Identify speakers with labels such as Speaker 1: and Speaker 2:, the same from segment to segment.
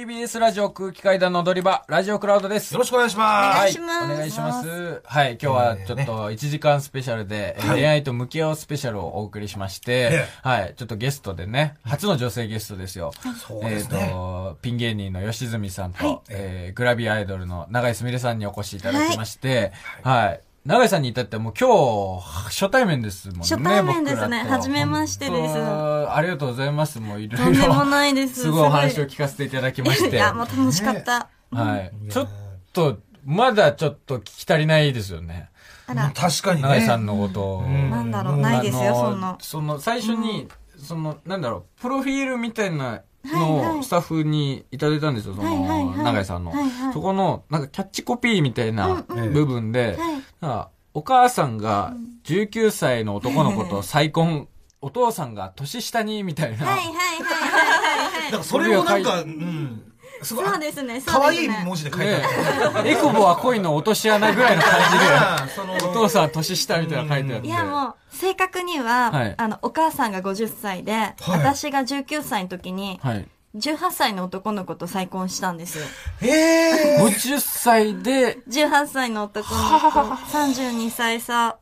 Speaker 1: TBS ラジオ空気階段の踊り場、ラジオクラウドです。
Speaker 2: よろしくお願いします。
Speaker 1: はい
Speaker 3: お願いします
Speaker 1: お願いします。はい、今日はちょっと1時間スペシャルで、えー恋愛と向き合うスペシャルをお送りしまして
Speaker 2: え、
Speaker 1: はい、ちょっとゲストでね、初の女性ゲストですよ。
Speaker 2: そう
Speaker 1: え
Speaker 2: で
Speaker 1: っ
Speaker 2: すね。
Speaker 1: と、ピン芸人の吉住さんと、えーグラビアアイドルの永井すみれさんにお越しいただきまして、はい。永井さんに至ってはもう今日、初対面ですもんね。
Speaker 3: 初対面ですね
Speaker 1: 僕らと
Speaker 3: 初めましてです
Speaker 1: 本当ありがとうございます。もういろいろ。
Speaker 3: とんでもないです。
Speaker 1: すごいお話を聞かせていただきまして。
Speaker 3: いや、もう楽しかった。
Speaker 1: はい。ちょっと、まだちょっと聞き足りないですよね。
Speaker 3: あら、
Speaker 2: 確かに
Speaker 1: 永井さん
Speaker 2: ね。
Speaker 1: のことを。
Speaker 2: ん
Speaker 3: なんだろう、
Speaker 2: うん
Speaker 3: ないですよ、
Speaker 1: あ
Speaker 3: そ
Speaker 1: の
Speaker 3: んな。
Speaker 1: その最初に、その、なんだろう、プロフィールみたいな
Speaker 3: はい
Speaker 1: の
Speaker 3: は
Speaker 1: を
Speaker 3: い
Speaker 1: スタッフにいただいたんですよ、そ
Speaker 3: はいはい
Speaker 1: の、
Speaker 3: はい
Speaker 1: 永井さんの
Speaker 3: はいは。い
Speaker 1: そこの、なんかキャッチコピーみたいな
Speaker 3: うん
Speaker 2: うん
Speaker 1: 部分で、
Speaker 3: はい。
Speaker 1: なんかお母さんが19歳の男の子と再婚、お父さんが年下に、みたいな
Speaker 3: はいはい。はいはい
Speaker 2: だか
Speaker 3: はい。
Speaker 2: らそれをなんか、うん。すごい、
Speaker 3: そうですね、
Speaker 2: 可
Speaker 3: そうで
Speaker 2: 愛い
Speaker 3: すね。
Speaker 2: 文字で書いて
Speaker 1: ね
Speaker 2: ある。
Speaker 1: エコボは恋の落とし穴ぐらいの感じで。
Speaker 2: その、
Speaker 1: お父さんは年下みたいなの書いてあって。
Speaker 3: いやもう、正確に
Speaker 1: はい
Speaker 3: は、あの、お母さんが50歳で、
Speaker 2: はい
Speaker 3: 私が19歳の時に、
Speaker 1: はい。
Speaker 3: 18歳の男の子と再婚したんですよ。
Speaker 2: えー
Speaker 1: 50歳で、
Speaker 3: 18歳の男の子、32歳差。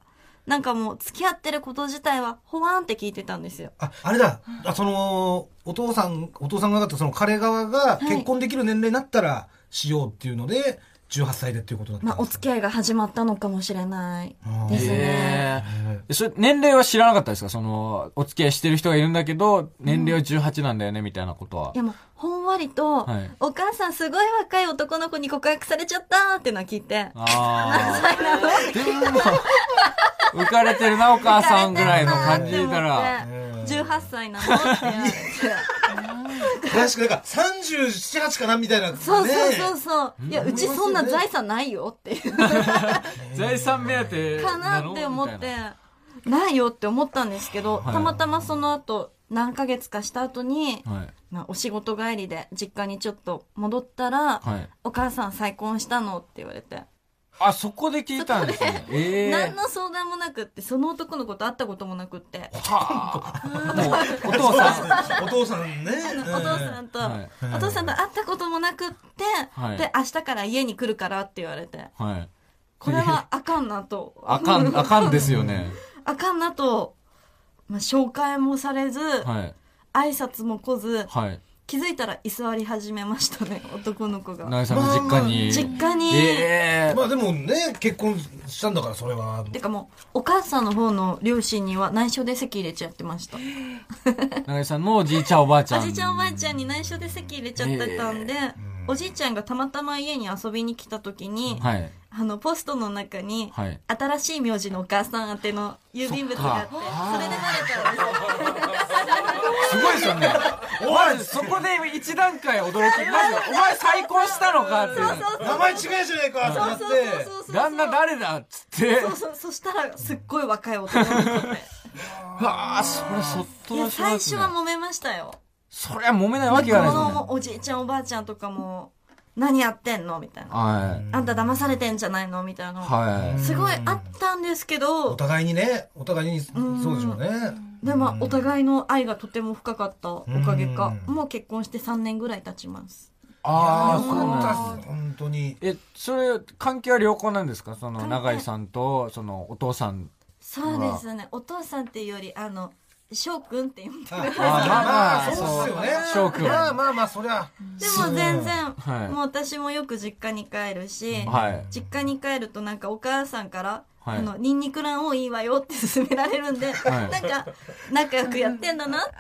Speaker 3: なんかもう、付き合ってること自体は、ほわーんって聞いてたんですよ。
Speaker 2: あ、あれだ。あその、お父さん、お父さん側とその彼側が
Speaker 3: い
Speaker 2: 結婚できる年齢になったらしようっていうので、18歳でっていうことだったんで
Speaker 3: ますあ、
Speaker 2: か。
Speaker 3: お付き合いが始まったのかもしれない
Speaker 2: あー
Speaker 3: ですね。。
Speaker 2: え
Speaker 1: えそれ年齢は知らなかったですかその、お付き合いしてる人がいるんだけど、年齢は18なんだよね、みたいなことはい
Speaker 3: やもう、ほんわりと、
Speaker 1: はい
Speaker 3: お母さんすごい若い男の子に告白されちゃったってのは聞いて、
Speaker 1: あ
Speaker 3: はいなの
Speaker 1: あ。でも、浮かれてるな、お母さんぐらいの感じでたら。
Speaker 2: ー
Speaker 3: 18歳なのって言われて。
Speaker 2: 確かになんか37、8かなみたいな、ね。
Speaker 3: そうそうそうそう。いや、うちそんな財産ないよっていう。
Speaker 1: 財産目当て
Speaker 3: かな
Speaker 1: の
Speaker 3: って思っ
Speaker 1: みた
Speaker 3: て
Speaker 1: いな、
Speaker 3: ないよって思ったんですけど、
Speaker 1: はい
Speaker 3: たまたまその後、何ヶ月かした後に、
Speaker 1: はい。
Speaker 3: まあ、お仕事帰りで実家にちょっと戻ったら、
Speaker 1: はい。
Speaker 3: お母さん再婚したのって言われて。
Speaker 1: あ、そこで聞いたんですね。ええ
Speaker 3: 何の相談もなくってその男の子と会ったこともなくって
Speaker 1: はあ。もう、お父さん。
Speaker 2: お父さんね。
Speaker 3: お父さんと、
Speaker 1: はい
Speaker 3: お父さんと会ったこともなくって、
Speaker 1: はい
Speaker 3: で明日から家に来るからって言われて
Speaker 1: はい。
Speaker 3: これはあかんなと
Speaker 1: あか ん、あかんですすよね。
Speaker 3: あかんなと、まあ、紹介もされず、
Speaker 1: はい。
Speaker 3: 挨拶も来ず
Speaker 1: はい。
Speaker 3: 気づいたら居座り始めましたね男の子が
Speaker 1: なえさんの実家に。
Speaker 3: 実家に、
Speaker 1: ええ
Speaker 2: まあでもね、結婚したんだから、それは。
Speaker 3: てかもうお母さんの方の両親には内緒で席入れちゃってました
Speaker 1: 長井さんのおじいちゃんおばあちゃん。
Speaker 3: おじいちゃんおばあちゃんに内緒で席入れちゃってたんで、おじいちゃんがたまたま家に遊びに来た時に、
Speaker 1: はい。
Speaker 3: あのポストの中に、
Speaker 1: はい
Speaker 3: 新しい名字のお母さん宛ての郵便物があってそ
Speaker 1: そっか
Speaker 3: れで慣れたんです
Speaker 1: すごいですよね。お前、そこで一段階驚き。まず、お前再婚したのかって。
Speaker 2: 名前違うじゃねえかってなって。
Speaker 3: そうそうそうそうそう
Speaker 1: 旦那誰だっつって。
Speaker 3: そうそうそしたらすっごい若い男 の子で
Speaker 1: はあ、それそっと
Speaker 3: い
Speaker 1: の
Speaker 3: や
Speaker 1: 人なんで
Speaker 3: 最
Speaker 1: す
Speaker 3: 初
Speaker 1: ね
Speaker 3: は揉めましたよ
Speaker 1: そりゃ揉めないわけ
Speaker 3: こ
Speaker 1: がないですよね。
Speaker 3: のおじいちゃんおばあちゃんとかも何やってんのみたいな
Speaker 1: はい。
Speaker 3: あんた騙されてんじゃないのみたいな、
Speaker 1: はい。
Speaker 3: すごいあったんですけど
Speaker 2: お互いにね、お互いに、そうでしょうね。
Speaker 3: でまあ、お互いの愛がとても深かったおかげか、
Speaker 2: うん
Speaker 3: もう結婚して3年ぐらい経ちます。
Speaker 1: ああ、
Speaker 2: よ
Speaker 1: そう
Speaker 2: かったっ
Speaker 1: なんですね
Speaker 2: す本当に。
Speaker 1: え、それ、関係は良好なんですかその、
Speaker 3: 係
Speaker 1: 長井さんと、その、お父さん。
Speaker 3: そうですね。お父さんっていうより、あの、翔くんって呼んで
Speaker 2: あ
Speaker 1: あまあまあ、
Speaker 2: そうっすよね。
Speaker 1: 翔くん。
Speaker 2: まあまあまあ、そりゃ。
Speaker 3: でも全然、
Speaker 1: はい
Speaker 3: もう私もよく実家に帰るし、
Speaker 1: はい。
Speaker 3: 実家に帰るとなんかお母さんから、
Speaker 1: はい
Speaker 3: あの、ニンニクランをいいわよって勧められるん
Speaker 1: は
Speaker 3: で、
Speaker 1: い
Speaker 3: なんか、仲良くやってんだなって。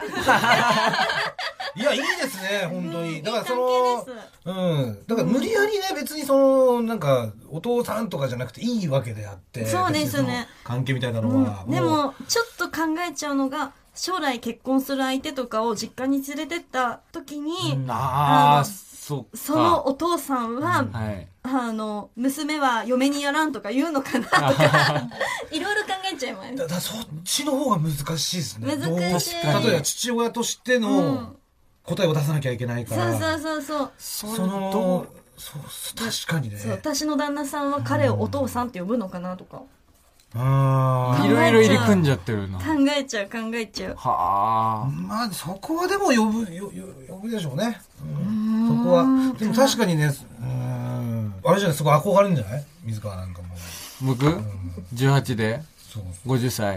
Speaker 2: いや、いいですね、本当
Speaker 3: う
Speaker 2: に。
Speaker 3: ん
Speaker 2: だから、そ
Speaker 3: いい
Speaker 2: の
Speaker 3: 関係です、
Speaker 2: うん。だから、無理やりね、別にその、なんか、お父さんとかじゃなくていいわけであって。
Speaker 3: そうですね。
Speaker 2: 関係みたいなのは。
Speaker 3: で、も、ちょっと考えちゃうのが、将来結婚する相手とかを実家に連れてった時に、
Speaker 1: あ
Speaker 3: あ
Speaker 1: あ、
Speaker 3: の
Speaker 1: そっか。
Speaker 3: そのお父さんは、
Speaker 1: はい。
Speaker 3: あの、娘は嫁にやらんとか言うのかなとか、いろいろ考えちゃいま
Speaker 2: だ
Speaker 3: す。
Speaker 2: だそっちの方が難しいですね。どう
Speaker 3: 難しい。
Speaker 1: 確かに
Speaker 2: 例えば父親として
Speaker 3: う
Speaker 2: の
Speaker 3: ん
Speaker 2: 答えを出さなきゃいけないか
Speaker 3: そうそ
Speaker 2: ら、
Speaker 3: うそうそう。
Speaker 1: そ
Speaker 2: そ
Speaker 1: の
Speaker 2: のそうそう確かにね
Speaker 3: そう私の旦那さんは彼をお父さんって呼ぶのかなとか、
Speaker 2: あ
Speaker 1: い
Speaker 2: ー
Speaker 1: ろいろ入り組んじゃってるな。
Speaker 3: 考えちゃう考 えちゃう。
Speaker 1: はあ。
Speaker 2: まあそこはでも呼ぶよよ呼ぶでしょうね、うんそこは。でも確かにね、うん。あれじゃない、すごい憧れるんじゃない自らなんかもう。
Speaker 1: 僕、18で
Speaker 2: そうそう。
Speaker 1: 50歳。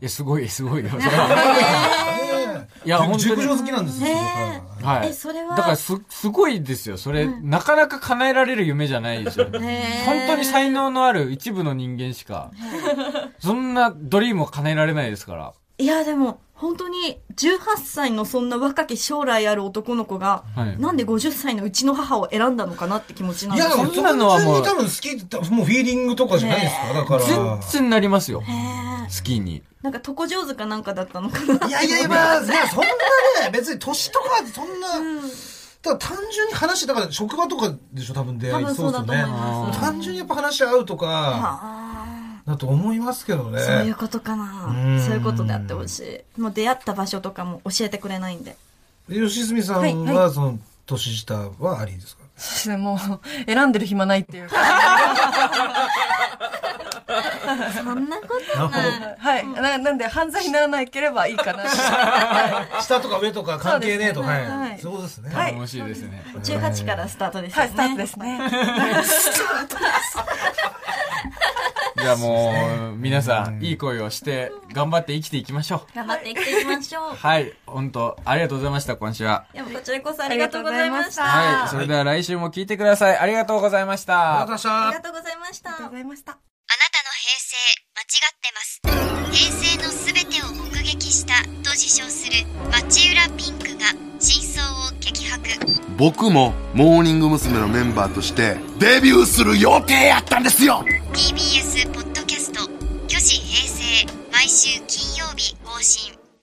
Speaker 1: いや、すごい、すごいよ。い
Speaker 2: い
Speaker 1: や
Speaker 2: や、
Speaker 1: 本当に
Speaker 2: 熟女好きなんですよ、
Speaker 3: ね
Speaker 2: すごく
Speaker 1: はい。
Speaker 3: えそれは
Speaker 1: だからす、すごいですよ。それ、なかなか叶えられる夢じゃないですよ。本
Speaker 3: へー
Speaker 1: 当に才能のある一部の人間しか、そんなドリームを叶えられないですから。
Speaker 3: いや、でも、本当に、18歳のそんな若き将来ある男の子が、
Speaker 1: はい
Speaker 3: なんで50歳のうちの母を選んだのかなって気持ちなん
Speaker 2: い
Speaker 3: で
Speaker 2: や、
Speaker 3: す
Speaker 2: で
Speaker 3: よ。
Speaker 2: も、
Speaker 1: そんなのはもう
Speaker 2: 単純に多分好きって、もうフィーリングとかじゃないですか、だから。
Speaker 1: 全然なりますよ。
Speaker 3: へ
Speaker 1: 好きに。
Speaker 3: なんか、床上手かなんかだったのかな。
Speaker 2: いやいや、まあ、いや、そんなね、別に年とか、そんな、ただ単純に話、だから職場とかでしょ、多分出
Speaker 3: 多
Speaker 2: 会い
Speaker 3: 分そうだと思いま。
Speaker 1: そうですす
Speaker 3: あ
Speaker 1: ね
Speaker 2: 単純にやっぱ話し合うとか、
Speaker 3: あ
Speaker 2: だと思いますけどね。
Speaker 3: ーそういうことかな
Speaker 2: うん。
Speaker 3: そういうことであってほしい。もう出会った場所とかも教えてくれないんで。
Speaker 2: で吉住さん
Speaker 3: はいは
Speaker 2: は、その、年下はありですか
Speaker 4: そうですね、もう、選んでる暇ないっていう か。
Speaker 3: そんなこ
Speaker 2: なる
Speaker 3: とない。
Speaker 4: はい。ななんで、犯罪にならなければいいかな。
Speaker 2: 下とか上とか関係ねえとか、
Speaker 4: そうですね
Speaker 2: は。
Speaker 4: はいい
Speaker 2: そ
Speaker 1: 楽
Speaker 2: うですね。
Speaker 4: はい
Speaker 1: しいですね。
Speaker 3: 18からスタートですよ
Speaker 4: は
Speaker 3: ね。
Speaker 4: い、スタートですね。
Speaker 1: じゃあもう、皆さん、いい恋をして、頑張って生きていきましょ
Speaker 3: 頑張って生きていきましょう
Speaker 1: う。。はい。本当ありがとうございました、今週は。
Speaker 3: いや、こちらこそありがとうございました。
Speaker 1: はい。それでは来週も聞いてください。ありがとうございました。
Speaker 2: 私
Speaker 3: あ
Speaker 2: は
Speaker 3: りがとうございまし
Speaker 4: ありがとう
Speaker 3: た
Speaker 4: ご。ざいました。
Speaker 5: あなたの平成間違ってます平成のすべてを目撃したと自称する町浦ピンクが真相を激白
Speaker 6: 僕もモーニング娘。のメンバーとしてデビューする予定やったんですよ
Speaker 5: TBS